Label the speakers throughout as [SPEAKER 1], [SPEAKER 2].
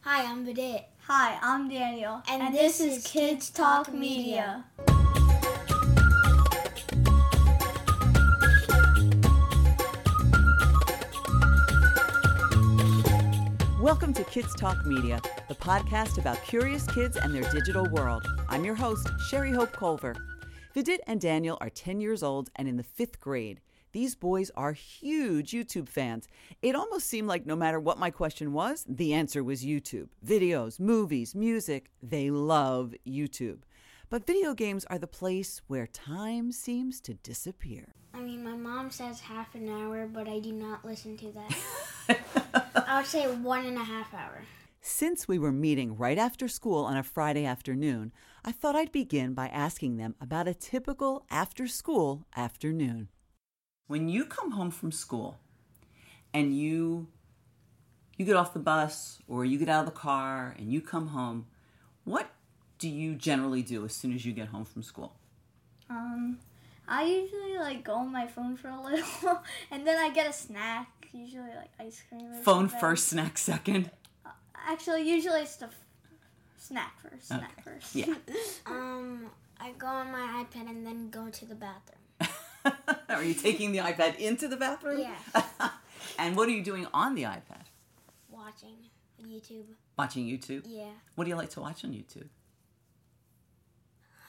[SPEAKER 1] Hi, I'm Vedit.
[SPEAKER 2] Hi, I'm Daniel.
[SPEAKER 1] And this is Kids Talk Media.
[SPEAKER 3] Welcome to Kids Talk Media, the podcast about curious kids and their digital world. I'm your host, Sherry Hope Culver. Vidit and Daniel are 10 years old and in the fifth grade. These boys are huge YouTube fans. It almost seemed like no matter what my question was, the answer was YouTube. Videos, movies, music, they love YouTube. But video games are the place where time seems to disappear.
[SPEAKER 1] I mean, my mom says half an hour, but I do not listen to that. I would say one and a half hour.
[SPEAKER 3] Since we were meeting right after school on a Friday afternoon, I thought I'd begin by asking them about a typical after school afternoon. When you come home from school and you you get off the bus or you get out of the car and you come home, what do you generally do as soon as you get home from school?
[SPEAKER 2] Um, I usually like go on my phone for a little, and then I get a snack. Usually like ice cream. Or
[SPEAKER 3] Phone
[SPEAKER 2] something.
[SPEAKER 3] first, snack second.
[SPEAKER 2] Actually, usually it's the f- snack first. Snack
[SPEAKER 3] Okay.
[SPEAKER 2] first.
[SPEAKER 3] Yeah.
[SPEAKER 1] Um, I go on my iPad and then go to the bathroom.
[SPEAKER 3] are you taking the iPad into the bathroom?
[SPEAKER 1] Yeah.
[SPEAKER 3] and what are you doing on the iPad?
[SPEAKER 1] Watching YouTube.
[SPEAKER 3] Watching YouTube?
[SPEAKER 1] Yeah.
[SPEAKER 3] What do you like to watch on YouTube?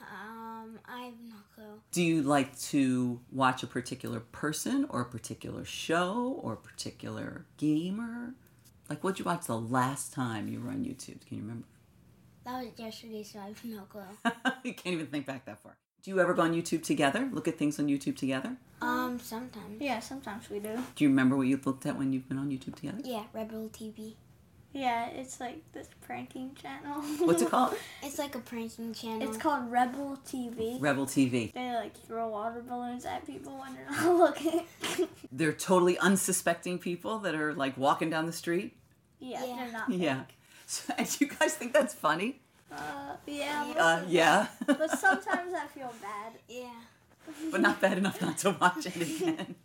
[SPEAKER 1] Um, I have no clue.
[SPEAKER 3] Do you like to watch a particular person or a particular show or a particular gamer? Like, what'd you watch the last time you were on YouTube? Can you remember?
[SPEAKER 1] That was yesterday, so I have no clue.
[SPEAKER 3] you can't even think back that far. Do you ever go on YouTube together? Look at things on YouTube together?
[SPEAKER 1] Um, sometimes.
[SPEAKER 2] Yeah. Sometimes we do.
[SPEAKER 3] Do you remember what you've looked at when you've been on YouTube together?
[SPEAKER 1] Yeah, Rebel TV.
[SPEAKER 2] Yeah, it's like this pranking channel.
[SPEAKER 3] What's it called?
[SPEAKER 1] It's like a pranking channel.
[SPEAKER 2] It's called Rebel TV.
[SPEAKER 3] Rebel TV.
[SPEAKER 2] they like throw water balloons at people when they're not looking.
[SPEAKER 3] They're totally unsuspecting people that are like walking down the street.
[SPEAKER 2] yeah,
[SPEAKER 1] Yeah.
[SPEAKER 2] they're not.
[SPEAKER 3] Yeah.
[SPEAKER 2] fake.
[SPEAKER 3] So, and you guys think that's funny?
[SPEAKER 2] Uh, yeah. but-
[SPEAKER 3] Uh, yeah.
[SPEAKER 2] but sometimes I feel bad.
[SPEAKER 1] yeah.
[SPEAKER 3] but not bad enough not to watch it again.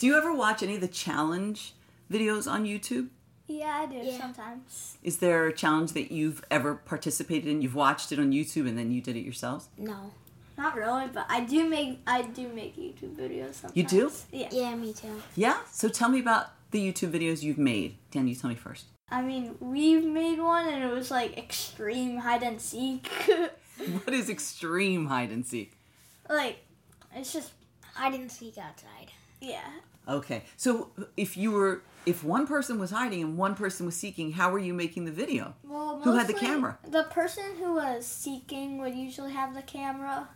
[SPEAKER 3] Do you ever watch any of the challenge videos on YouTube?
[SPEAKER 2] Yeah, I do
[SPEAKER 1] Yeah.
[SPEAKER 2] sometimes.
[SPEAKER 3] Is there a challenge that you've ever participated in? You've watched it on YouTube and then you did it yourselves?
[SPEAKER 1] No.
[SPEAKER 2] Not really, but I do make I do make YouTube videos sometimes.
[SPEAKER 3] You do?
[SPEAKER 2] Yeah.
[SPEAKER 1] Yeah, me too.
[SPEAKER 3] Yeah? So tell me about the YouTube videos you've made. Dan, you tell me first.
[SPEAKER 2] I mean, we've made one and it was like extreme hide and seek.
[SPEAKER 3] What is extreme hide and seek?
[SPEAKER 2] like, it's just
[SPEAKER 1] I didn't seek outside.
[SPEAKER 2] yeah.
[SPEAKER 3] Okay. So if you were if one person was hiding and one person was seeking, how were you making the video?
[SPEAKER 2] Well,
[SPEAKER 3] Who had the
[SPEAKER 2] mostly
[SPEAKER 3] camera?
[SPEAKER 2] The person who was seeking would usually have the camera,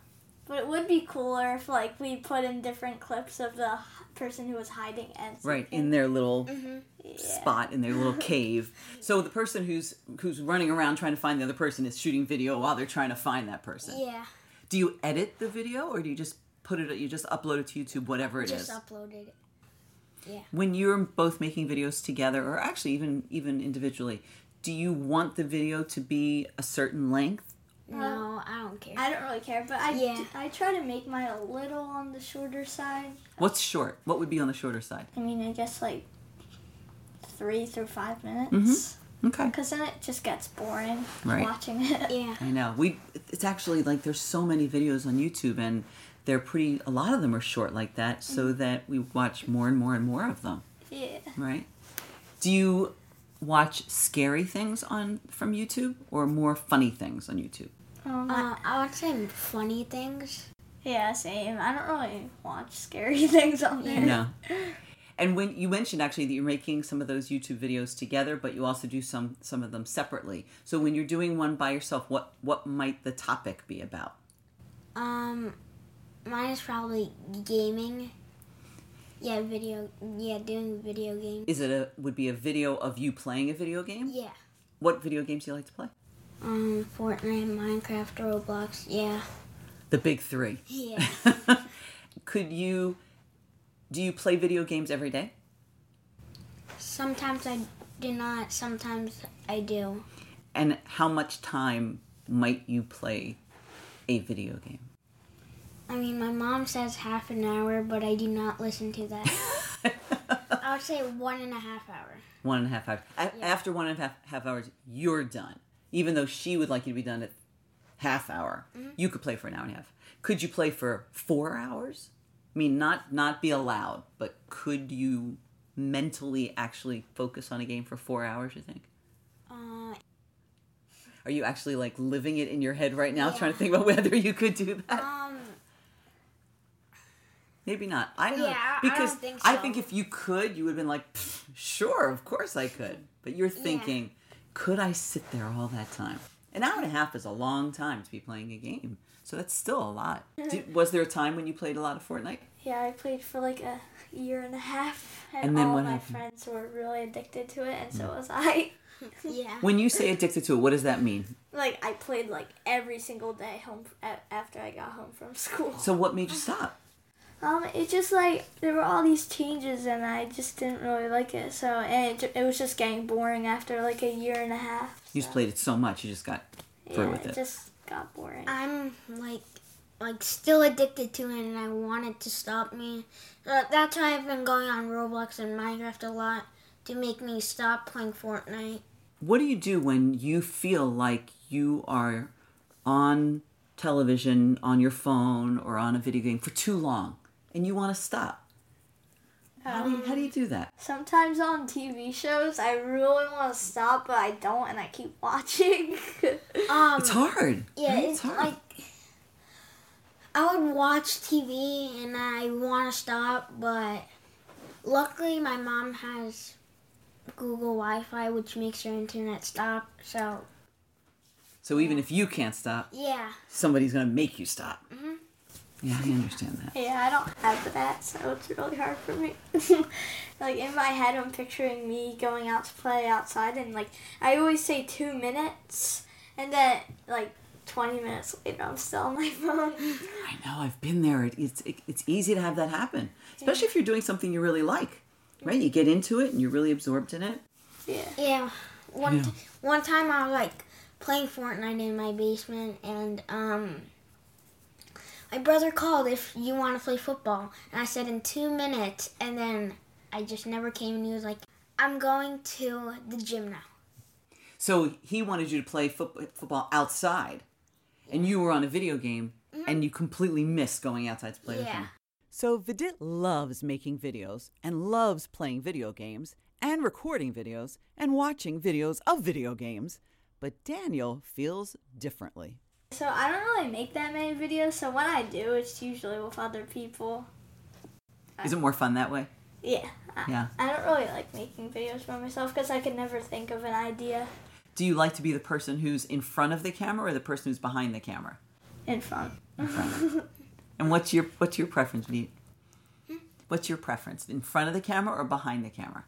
[SPEAKER 2] but it would be cooler if like we put in different clips of the h- person who was hiding and
[SPEAKER 3] Right,
[SPEAKER 2] seeking.
[SPEAKER 3] in their little
[SPEAKER 2] Yeah.
[SPEAKER 3] spot in their little cave. So the person who's who's running around trying to find the other person is shooting video while they're trying to find that person.
[SPEAKER 1] Yeah.
[SPEAKER 3] Do you edit the video or do you just put it you just upload it to YouTube whatever it is?
[SPEAKER 1] Just uploaded it.
[SPEAKER 3] when you're both making videos together or actually even even individually, do you want the video to be a certain length?
[SPEAKER 1] No, I don't care.
[SPEAKER 2] I don't really care, but I
[SPEAKER 1] Yeah.
[SPEAKER 2] d- I try to make mine a little on the shorter side.
[SPEAKER 3] What's short? What would be on the shorter side?
[SPEAKER 2] I mean, I guess like three through five minutes.
[SPEAKER 3] Okay.
[SPEAKER 2] Because then it just gets boring
[SPEAKER 3] Mm-hmm. Right.
[SPEAKER 2] watching it.
[SPEAKER 1] yeah.
[SPEAKER 3] I know. We it's actually like there's so many videos on YouTube and they're pretty a lot of them are short like that so that we watch more and more and more of them.
[SPEAKER 2] Yeah.
[SPEAKER 3] Right. Do you watch scary things on from YouTube or more funny things on YouTube?
[SPEAKER 2] Um,
[SPEAKER 1] Uh, I would say funny things.
[SPEAKER 2] yeah, same. I don't really watch scary things on there.
[SPEAKER 3] No. And when you mentioned actually that you're making some of those YouTube videos together, but you also do some some of them separately. So when you're doing one by yourself, what what might the topic be about?
[SPEAKER 1] Um, mine is probably gaming. Yeah, video. Yeah, doing video games.
[SPEAKER 3] Is it a would be a video of you playing a video game?
[SPEAKER 1] Yeah.
[SPEAKER 3] What video games do you like to play?
[SPEAKER 1] Um, Fortnite, Minecraft, Roblox. Yeah.
[SPEAKER 3] The big 3.
[SPEAKER 1] Yeah.
[SPEAKER 3] Could you do you play video games every day?
[SPEAKER 1] sometimes I do not. Sometimes I do.
[SPEAKER 3] And how much time might you play a video game?
[SPEAKER 1] I mean, my mom says half an hour, but I do not listen to that. I would say one and a half hour.
[SPEAKER 3] one and a half hours. A- After one and a half, half hours, you're done. Even though she would like you to be done at half hour, you could play for an hour and a half. Could you play for four hours? I mean, not not be allowed, but could you mentally actually focus on a game for four hours? You think?
[SPEAKER 1] Uh,
[SPEAKER 3] Are you actually like living it in your head right now, trying to think about whether you could do that?
[SPEAKER 1] um,
[SPEAKER 3] Maybe not. I don't know.
[SPEAKER 1] Yeah, I don't
[SPEAKER 3] because
[SPEAKER 1] think
[SPEAKER 3] I
[SPEAKER 1] so.
[SPEAKER 3] think if you could, you would have been like, "Pfft, sure, of course I could. But you're thinking, could I sit there all that time? An hour and a half is a long time to be playing a game, so that's still a lot. Did, was there a time when you played a lot of Fortnite?
[SPEAKER 2] Yeah, I played for like a year and a half, and,
[SPEAKER 3] And then
[SPEAKER 2] all
[SPEAKER 3] what
[SPEAKER 2] my
[SPEAKER 3] happened? Mm.
[SPEAKER 2] friends were really addicted to it, and so was I.
[SPEAKER 1] yeah.
[SPEAKER 3] When you say addicted to it, what does that mean?
[SPEAKER 2] Like I played like every single day home a- after I got home from school.
[SPEAKER 3] So what made you stop?
[SPEAKER 2] Um, it just like there were all these changes, and I just didn't really like it. So and it, ju- it was just getting boring after like a year and a half.
[SPEAKER 3] You just
[SPEAKER 2] so,
[SPEAKER 3] played it so much, you just got through
[SPEAKER 2] yeah,
[SPEAKER 3] with it.
[SPEAKER 2] just got boring.
[SPEAKER 3] Uh,
[SPEAKER 1] I'm like like still addicted to it and I want it to stop me. Uh, that's why I've been going on Roblox and Minecraft a lot to make me stop playing Fortnite.
[SPEAKER 3] What do you do when you feel like you are on television, on your phone, or on a video game for too long and you want to stop? How do you, how do, you do that?
[SPEAKER 2] Um, Sometimes on TV shows, I really want to stop, but I don't, and I keep watching.
[SPEAKER 1] Um
[SPEAKER 3] It's hard.
[SPEAKER 1] yeah,
[SPEAKER 3] right?
[SPEAKER 1] it's like I would watch TV and I want to stop, but luckily my mom has Google Wi-Fi which makes her internet stop. So,
[SPEAKER 3] so even if you can't stop,
[SPEAKER 1] yeah.
[SPEAKER 3] somebody's going to make you stop.
[SPEAKER 1] Mm-hmm.
[SPEAKER 3] Yeah, I understand that.
[SPEAKER 2] Yeah, I don't have that, so it's really hard for me. like in my head, I'm picturing me going out to play outside, and like I always say two minutes, and then like twenty minutes later, I'm still on my phone.
[SPEAKER 3] I know. I've been there. It, it's it, it's easy to have that happen, especially if you're doing something you really like. Right? You get into it and you're really absorbed in it.
[SPEAKER 2] yeah,
[SPEAKER 1] Yeah. One
[SPEAKER 3] Yeah.
[SPEAKER 1] T- one time I was like playing Fortnite in my basement and um my brother called if you want to play football and I said in 2 minutes and then I just never came and he was like I'm going to the gym now.
[SPEAKER 3] So he wanted you to play foot- football outside, and you were on a video game, and you completely missed going outside to play with
[SPEAKER 1] Yeah.
[SPEAKER 3] him. So Vidit loves making videos and loves playing video games and recording videos and watching videos of video games, but Daniel feels differently.
[SPEAKER 2] so I don't really make that many videos. So when I do, it's usually with other people.
[SPEAKER 3] Is it more fun that way?
[SPEAKER 2] Yeah, I,
[SPEAKER 3] Yeah.
[SPEAKER 2] I don't really like making videos by myself because I could never think of an idea
[SPEAKER 3] Do you like to be the person who's in front of the camera or the person who's behind the camera?
[SPEAKER 2] in front.
[SPEAKER 3] And what's your what's your preference, Vidit? What's your preference? In front of the camera or behind the camera?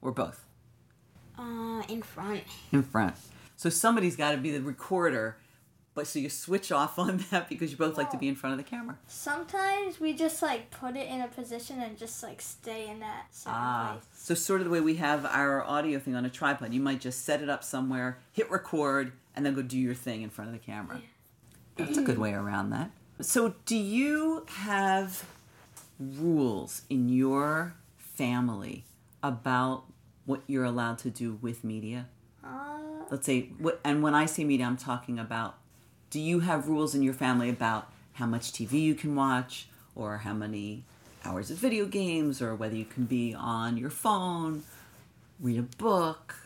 [SPEAKER 3] Or both?
[SPEAKER 1] Uh in front.
[SPEAKER 3] in front. So somebody's got to be the recorder, but so you switch off on that because you both like to be in front of the camera.
[SPEAKER 2] Sometimes we just like put it in a position and just like stay in that certain
[SPEAKER 3] Ah,
[SPEAKER 2] place.
[SPEAKER 3] so sort of the way we have our audio thing on a tripod. You might just set it up somewhere, hit record, and then go do your thing in front of the camera. That's a good way around that. So, do you have rules in your family about what you're allowed to do with media?
[SPEAKER 2] Uh,
[SPEAKER 3] let's say wh- and when i say media i'm talking about do you have rules in your family about how much tv you can watch or how many hours of video games or whether you can be on your phone read a book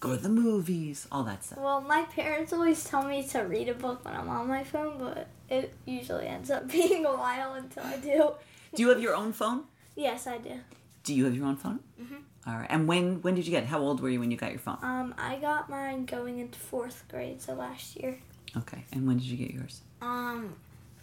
[SPEAKER 3] go to the movies all that stuff
[SPEAKER 2] well, my parents always tell me to read a book when I'm on my phone, but it usually ends up being a while until I do.
[SPEAKER 3] do you have your own phone
[SPEAKER 2] Yes, I do.
[SPEAKER 3] do you have your own phone All right and when when did you get it? how old were you when you got your phone
[SPEAKER 2] Um, I got mine going into fourth grade, so last year.
[SPEAKER 3] okay and when did you get yours
[SPEAKER 1] Um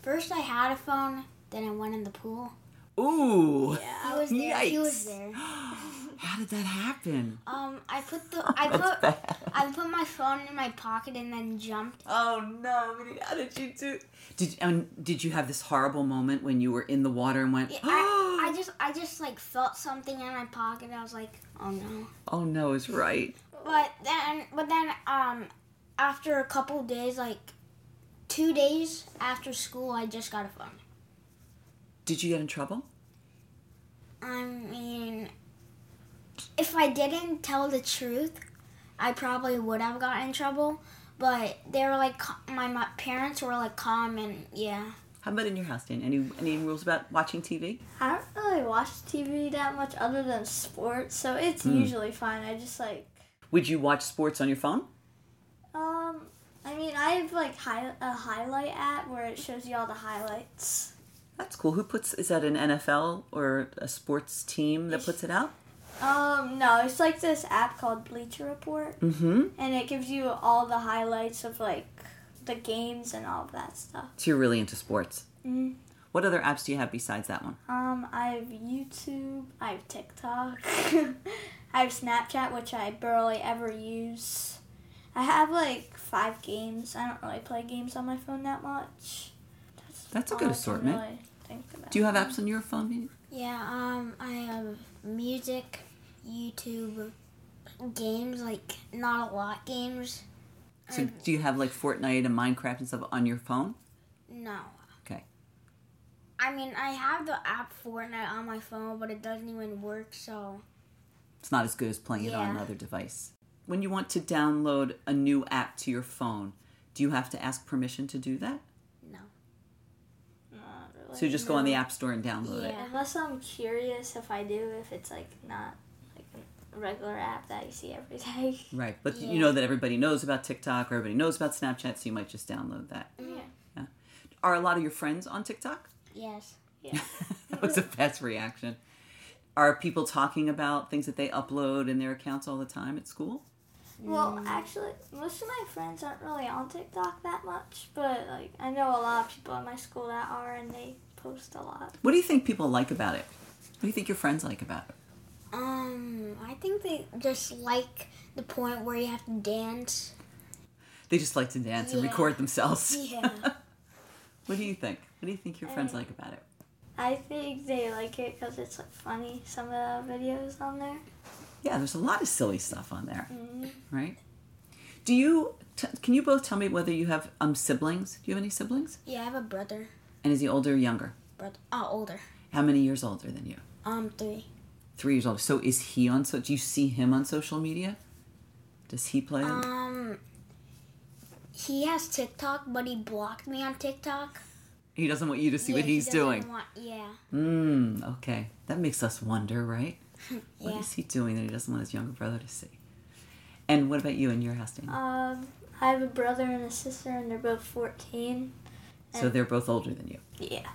[SPEAKER 1] first I had a phone, then I went in the pool.
[SPEAKER 3] ooh
[SPEAKER 1] He was there. He was
[SPEAKER 3] Yikes.
[SPEAKER 1] there.
[SPEAKER 3] how did that happen
[SPEAKER 1] Um I put the I
[SPEAKER 3] that's
[SPEAKER 1] put
[SPEAKER 3] bad
[SPEAKER 1] I put my phone in my pocket and then jumped
[SPEAKER 3] Oh no! Minnie, How did you do? Did and did you have this horrible moment when you were in the water and went?
[SPEAKER 1] Yeah,
[SPEAKER 3] oh,
[SPEAKER 1] I, I just I just like felt something in my pocket. I was like, oh no.
[SPEAKER 3] oh no! It's right.
[SPEAKER 1] But then but then um after a couple days, like two days after school, I just got a phone.
[SPEAKER 3] Did you get in trouble?
[SPEAKER 1] I mean, if I didn't tell the truth, I probably would have got in trouble. But they were like, ca- my, my parents were like calm and yeah.
[SPEAKER 3] How about in your house, Dan? Any any rules about watching TV?
[SPEAKER 2] I don't really watch TV that much other than sports, so it's usually fine. I just like,
[SPEAKER 3] Would you watch sports on your phone?
[SPEAKER 2] um, I mean, I have like hi- a highlight app where it shows you all the highlights.
[SPEAKER 3] That's cool. Who puts is that an NFL or a sports team that puts it out?
[SPEAKER 2] Um, no, it's like this app called Bleacher Report,
[SPEAKER 3] Mm-hmm.
[SPEAKER 2] and it gives you all the highlights of like the games and all of that stuff.
[SPEAKER 3] So you're really into sports.
[SPEAKER 2] Mm.
[SPEAKER 3] What other apps do you have besides that one?
[SPEAKER 2] Um, I have YouTube, I have TikTok, I have Snapchat, which I barely ever use. I have like five games. I don't really play games on my phone that much.
[SPEAKER 3] That's a
[SPEAKER 2] all
[SPEAKER 3] good
[SPEAKER 2] I can
[SPEAKER 3] assortment.
[SPEAKER 2] really think about.
[SPEAKER 3] Do you have apps on your phone? Vee?
[SPEAKER 1] Yeah, um, I have music, YouTube, games, like not a lot games.
[SPEAKER 3] So
[SPEAKER 1] Um,
[SPEAKER 3] do you have like Fortnite and Minecraft and stuff on your phone?
[SPEAKER 1] No.
[SPEAKER 3] Okay.
[SPEAKER 1] I mean, I have the app Fortnite on my phone, but it doesn't even work, so.
[SPEAKER 3] It's not as good as playing it on
[SPEAKER 1] Yeah.
[SPEAKER 3] another device. When you want to download a new app to your phone, do you have to ask permission to do that?
[SPEAKER 1] No.
[SPEAKER 2] Not really.
[SPEAKER 3] So you just go on the app store and download it.
[SPEAKER 1] Yeah.
[SPEAKER 2] Unless I'm curious if I do, if it's like not like a regular app that you see every day.
[SPEAKER 3] Right. But you
[SPEAKER 1] Yeah.
[SPEAKER 3] know that everybody knows about TikTok or everybody knows about Snapchat, so you might just download that.
[SPEAKER 2] Yeah.
[SPEAKER 3] Are a lot of your friends on TikTok?
[SPEAKER 1] Yes.
[SPEAKER 2] Yeah.
[SPEAKER 3] that was a fast reaction. Are people talking about things that they upload in their accounts all the time at school?
[SPEAKER 2] Well,
[SPEAKER 3] Mm.
[SPEAKER 2] actually, most of my friends aren't really on TikTok that much, but like I know a lot of people at my school that are, and they post a lot.
[SPEAKER 3] What do you think people like about it? What do you think your friends like about it?
[SPEAKER 1] Um, I think they just like the point where you have to dance.
[SPEAKER 3] They just like to dance and
[SPEAKER 1] Yeah.
[SPEAKER 3] record themselves.
[SPEAKER 1] Yeah.
[SPEAKER 3] what do you think? What do you think your friends
[SPEAKER 2] Um,
[SPEAKER 3] like about it?
[SPEAKER 2] I think they like it because it's like funny. Some of the videos on there.
[SPEAKER 3] Yeah, there's a lot of silly stuff on there,
[SPEAKER 1] Mm.
[SPEAKER 3] right? Do you? T- can you both tell me whether you have um siblings? Do you have any siblings?
[SPEAKER 1] Yeah, I have a brother.
[SPEAKER 3] And is he older or younger?
[SPEAKER 1] Brother. Oh, older.
[SPEAKER 3] How many years older than you?
[SPEAKER 1] Um, three.
[SPEAKER 3] Three years old. So is he on? So do you see him on social media? Does he play? on-
[SPEAKER 1] Um, he has TikTok, but he blocked me on TikTok.
[SPEAKER 3] he doesn't want you to see what
[SPEAKER 1] Yeah, he
[SPEAKER 3] he's
[SPEAKER 1] doesn't
[SPEAKER 3] doing.
[SPEAKER 1] want- yeah.
[SPEAKER 3] Mm, okay. That makes us wonder, right? What
[SPEAKER 1] Yeah.
[SPEAKER 3] is he doing that he doesn't want his younger brother to see? And what about you and your house, Dana?
[SPEAKER 2] Um, I have a brother and a sister, and they're both fourteen.
[SPEAKER 3] so they're both older than you.
[SPEAKER 2] Yeah.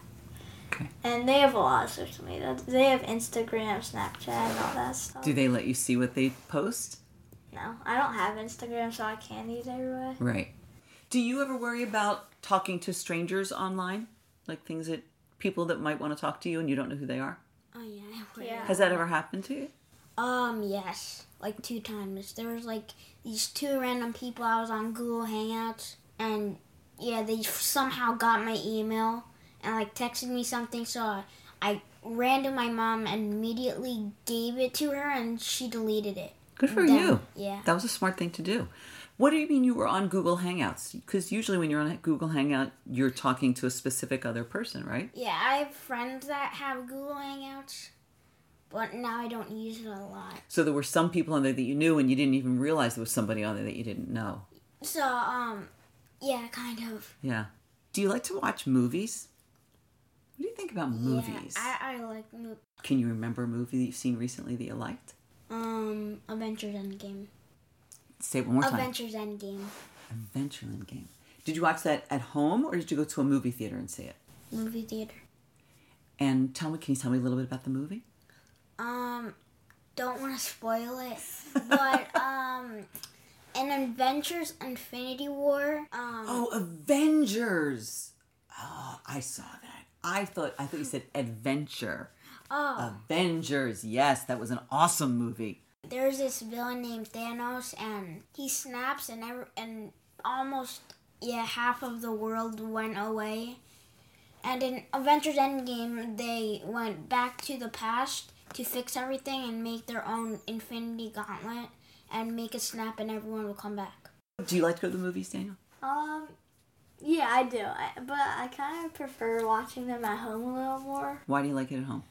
[SPEAKER 3] Okay.
[SPEAKER 2] And they have a lot of social media. They have Instagram, Snapchat, and all that stuff.
[SPEAKER 3] Do they let you see what they post?
[SPEAKER 2] No, I don't have Instagram, so I can't either way.
[SPEAKER 3] Right. Do you ever worry about talking to strangers online? Like things that people that might want to talk to you and you don't know who they are?
[SPEAKER 1] Oh yeah. I wear
[SPEAKER 2] Yeah.
[SPEAKER 1] that.
[SPEAKER 3] Has that ever happened to you?
[SPEAKER 1] Um. Yes. Like two times. There was like these two random people. I was on Google Hangouts, and yeah, they somehow got my email and like texted me something. So I, I ran to my mom and immediately gave it to her, and she deleted it.
[SPEAKER 3] Good for
[SPEAKER 1] Then-
[SPEAKER 3] you.
[SPEAKER 1] Yeah.
[SPEAKER 3] That was a smart thing to do. What do you mean you were on Google Hangouts? Because usually when you're on Google Hangout, you're talking to a specific other person, right?
[SPEAKER 1] Yeah, I have friends that have Google Hangouts, but now I don't use it a lot.
[SPEAKER 3] So there were some people on there that you knew and you didn't even realize there was somebody on there that you didn't know.
[SPEAKER 1] So, um, yeah, kind of.
[SPEAKER 3] Yeah. Do you like to watch movies? What do you think about movies?
[SPEAKER 1] Yeah, I, I like mo-
[SPEAKER 3] Can you remember a movie that you've seen recently that you liked?
[SPEAKER 1] um Avengers Endgame.
[SPEAKER 3] Say it one more time.
[SPEAKER 1] Avengers Endgame
[SPEAKER 3] Adventureland game. Did you watch that at home or did you go to a movie theater and see it?
[SPEAKER 1] movie theater.
[SPEAKER 3] And tell me, can you tell me a little bit about the movie?
[SPEAKER 1] Um, don't want to spoil it, but um, in Avengers Infinity War, um,
[SPEAKER 3] Oh, Avengers! Oh, I saw that. I thought I thought you said adventure.
[SPEAKER 1] oh,
[SPEAKER 3] Avengers. Yes, that was an awesome movie.
[SPEAKER 1] there's this villain named Thanos, and he snaps, and every, and almost yeah, half of the world went away. And in Avengers Endgame, they went back to the past to fix everything and make their own Infinity Gauntlet and make a snap, and everyone will come back.
[SPEAKER 3] Do you like to go to the movies, Daniel?
[SPEAKER 2] Um, yeah, I do. I, but I kind of prefer watching them at home a little more.
[SPEAKER 3] Why do you like it at home?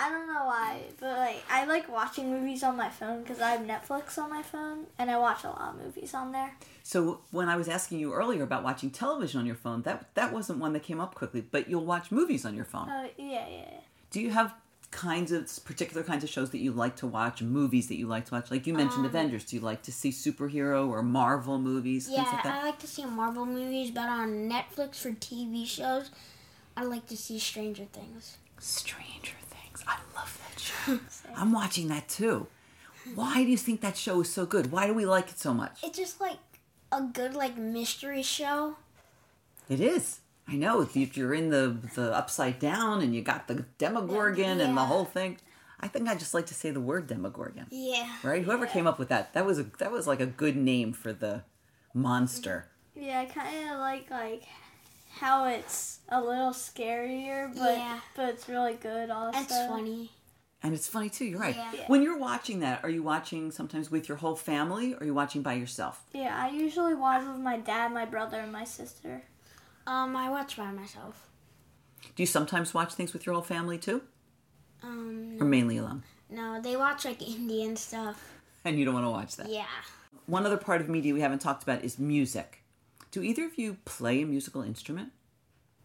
[SPEAKER 2] I don't know why, but like I like watching movies on my phone because I have Netflix on my phone and I watch a lot of movies on there.
[SPEAKER 3] So when I was asking you earlier about watching television on your phone, that that wasn't one that came up quickly, but you'll watch movies on your phone.
[SPEAKER 2] Oh yeah, yeah, yeah.
[SPEAKER 3] Do you have kinds of particular kinds of shows that you like to watch, movies that you like to watch? Like you
[SPEAKER 1] Um,
[SPEAKER 3] mentioned Avengers, do you like to see superhero or Marvel movies, things
[SPEAKER 1] Yeah, um,
[SPEAKER 3] like
[SPEAKER 1] I
[SPEAKER 3] that?
[SPEAKER 1] like to see Marvel movies, but on Netflix for TV shows, I like to see Stranger Things.
[SPEAKER 3] Stranger Things. I love that show. I'm watching that too. Why do you think that show is so good? Why do we like it so much?
[SPEAKER 1] It's just like a good like mystery show.
[SPEAKER 3] It is. I know. If you- you're in the, the upside down and you got the Demogorgon and the
[SPEAKER 1] Yeah.
[SPEAKER 3] whole thing. I think I just like to say the word Demogorgon.
[SPEAKER 1] Yeah.
[SPEAKER 3] Right? Whoever came up with that, that was a that was like a good name for the monster.
[SPEAKER 2] Yeah, I kind of like like how it's a little scarier, but
[SPEAKER 1] Yeah.
[SPEAKER 2] but it's really good also.
[SPEAKER 1] That's funny.
[SPEAKER 3] And it's funny too, you're right.
[SPEAKER 1] Yeah.
[SPEAKER 3] When you're watching that, are you watching sometimes with your whole family or are you watching by yourself?
[SPEAKER 2] Yeah, I usually watch with my dad, my brother, and my sister.
[SPEAKER 1] Um, I watch by myself.
[SPEAKER 3] Do you sometimes watch things with your whole family too?
[SPEAKER 1] Um,
[SPEAKER 3] Or mainly alone?
[SPEAKER 1] no, they watch like Indian stuff.
[SPEAKER 3] And you don't want to watch that.
[SPEAKER 1] Yeah.
[SPEAKER 3] One other part of media we haven't talked about is music. Do either of you play a musical instrument?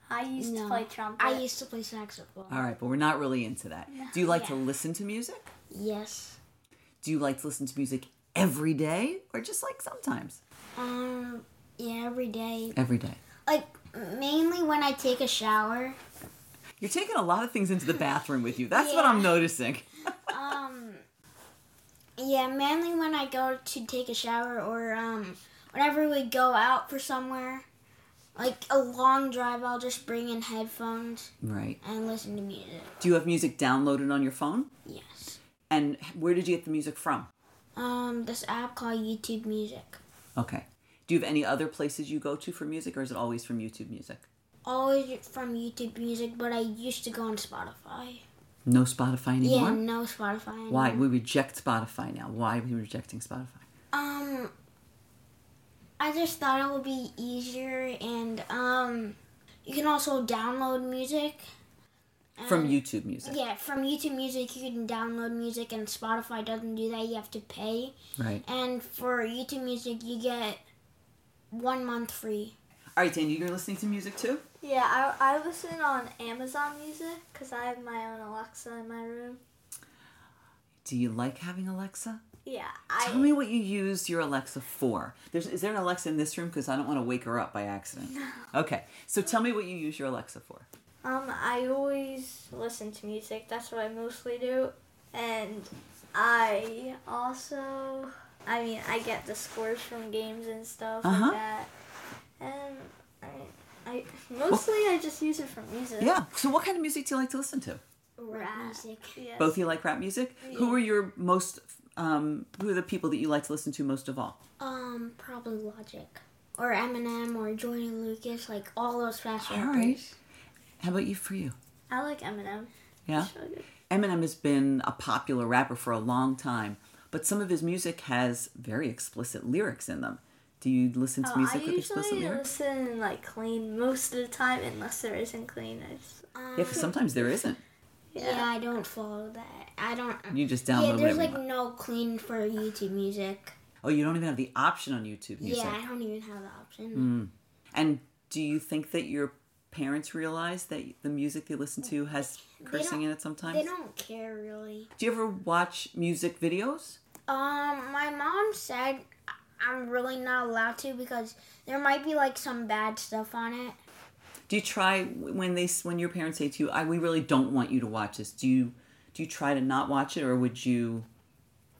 [SPEAKER 2] I used to
[SPEAKER 1] No.
[SPEAKER 2] play trumpet.
[SPEAKER 1] I used to play saxophone.
[SPEAKER 3] All right, but we're not really into that. Do you like to listen to music?
[SPEAKER 1] Yes.
[SPEAKER 3] Do you like to listen to music every day or just like sometimes?
[SPEAKER 1] Um, yeah, every day.
[SPEAKER 3] Every day.
[SPEAKER 1] Like mainly when I take a shower.
[SPEAKER 3] You're taking a lot of things into the bathroom with you. That's what I'm noticing.
[SPEAKER 1] Um, yeah, mainly when I go to take a shower or um, whenever we go out for somewhere, like a long drive, I'll just bring in headphones
[SPEAKER 3] Right.
[SPEAKER 1] and listen to music.
[SPEAKER 3] Do you have music downloaded on your phone?
[SPEAKER 1] Yes.
[SPEAKER 3] And where did you get the music from?
[SPEAKER 1] Um, this app called YouTube Music.
[SPEAKER 3] Okay. Do you have any other places you go to for music or is it always from YouTube music?
[SPEAKER 1] Always from YouTube Music, but I used to go on Spotify.
[SPEAKER 3] No Spotify anymore?
[SPEAKER 1] Yeah, no Spotify. Anymore.
[SPEAKER 3] Why? We reject Spotify now. Why are we rejecting Spotify?
[SPEAKER 1] Um, I just thought it would be easier, and um, you can also download music. Uh, Um,
[SPEAKER 3] From YouTube music.
[SPEAKER 1] Yeah, from YouTube Music, you can download music, and Spotify doesn't do that. You have to pay.
[SPEAKER 3] Right.
[SPEAKER 1] And for YouTube Music, you get one month free.
[SPEAKER 3] All right, Dan, you're listening to music too?
[SPEAKER 2] yeah, I, I listen on Amazon Music because I have my own Alexa in my room.
[SPEAKER 3] Do you like having Alexa?
[SPEAKER 2] Yeah,
[SPEAKER 3] Tell
[SPEAKER 2] I
[SPEAKER 3] me what you used your Alexa for. There's, is there an Alexa in this room? Because I don't want to wake her up by accident. Okay, so tell me what you use your Alexa for.
[SPEAKER 2] um I always listen to music. That's what I mostly do, and I also I mean I get the scores from games and stuff
[SPEAKER 3] Uh-huh.
[SPEAKER 2] like that, and I. I, mostly, I just use it for music.
[SPEAKER 3] Yeah. So, what kind of music do you like to listen to?
[SPEAKER 1] Rap music.
[SPEAKER 2] Yes.
[SPEAKER 3] Both of you like rap music. Who are your most? Um, who are the people that you like to listen to most of all?
[SPEAKER 1] Um, probably Logic. Or Eminem or Johnny Lucas, like all those fast
[SPEAKER 3] All
[SPEAKER 1] rappers.
[SPEAKER 3] right. How about you? For you,
[SPEAKER 2] I like Eminem.
[SPEAKER 3] yeah.
[SPEAKER 2] It's really good.
[SPEAKER 3] Eminem has been a popular rapper for a long time, but some of his music has very explicit lyrics in them. Do you listen to
[SPEAKER 2] Oh,
[SPEAKER 3] music
[SPEAKER 2] I
[SPEAKER 3] with explicit
[SPEAKER 2] usually
[SPEAKER 3] lyrics?
[SPEAKER 2] listen like clean most of the time, unless there isn't clean. I just,
[SPEAKER 1] Um,
[SPEAKER 3] Yeah, because sometimes there isn't.
[SPEAKER 1] yeah. I don't follow that. I don't.
[SPEAKER 3] You just download
[SPEAKER 1] Yeah, there's
[SPEAKER 3] whatever you
[SPEAKER 1] like
[SPEAKER 3] want.
[SPEAKER 1] no clean for YouTube music.
[SPEAKER 3] Oh, you don't even have the option on YouTube Music.
[SPEAKER 1] Yeah, I don't even have the option.
[SPEAKER 3] And do you think that your parents realize that the music they listen to has cursing in it sometimes?
[SPEAKER 1] They don't care really.
[SPEAKER 3] Do you ever watch music videos?
[SPEAKER 1] Um, my mom said I- I'm really not allowed to because there might be like some bad stuff on it.
[SPEAKER 3] Do you try when they when your parents say to you, "I we really don't want you to watch this." Do you do you try to not watch it, or would you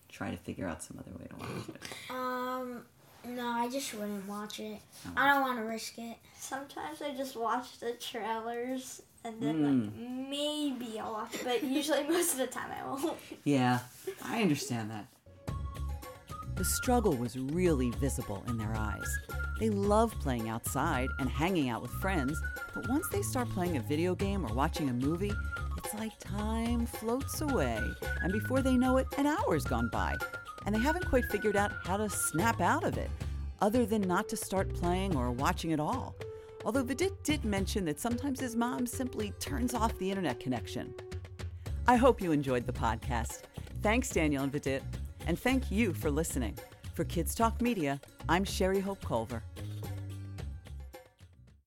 [SPEAKER 3] try to figure out some other way to watch it?
[SPEAKER 1] Um, no, I just wouldn't watch it.
[SPEAKER 3] Oh.
[SPEAKER 1] I don't want to risk it.
[SPEAKER 2] sometimes I just watch the trailers and then like maybe I'll watch, it, but usually most of the time I won't.
[SPEAKER 3] Yeah, I understand that.
[SPEAKER 4] The struggle was really visible in their eyes. They love playing outside and hanging out with friends, but once they start playing a video game or watching a movie, it's like time floats away, and before they know it, an hour's gone by, and they haven't quite figured out how to snap out of it, other than not to start playing or watching at all. Although Vidit did mention that sometimes his mom simply turns off the internet connection.
[SPEAKER 3] I hope you enjoyed the podcast. Thanks, Daniel and Vidit. And thank you for listening. For Kids Talk Media, I'm Sherry Hope Culver.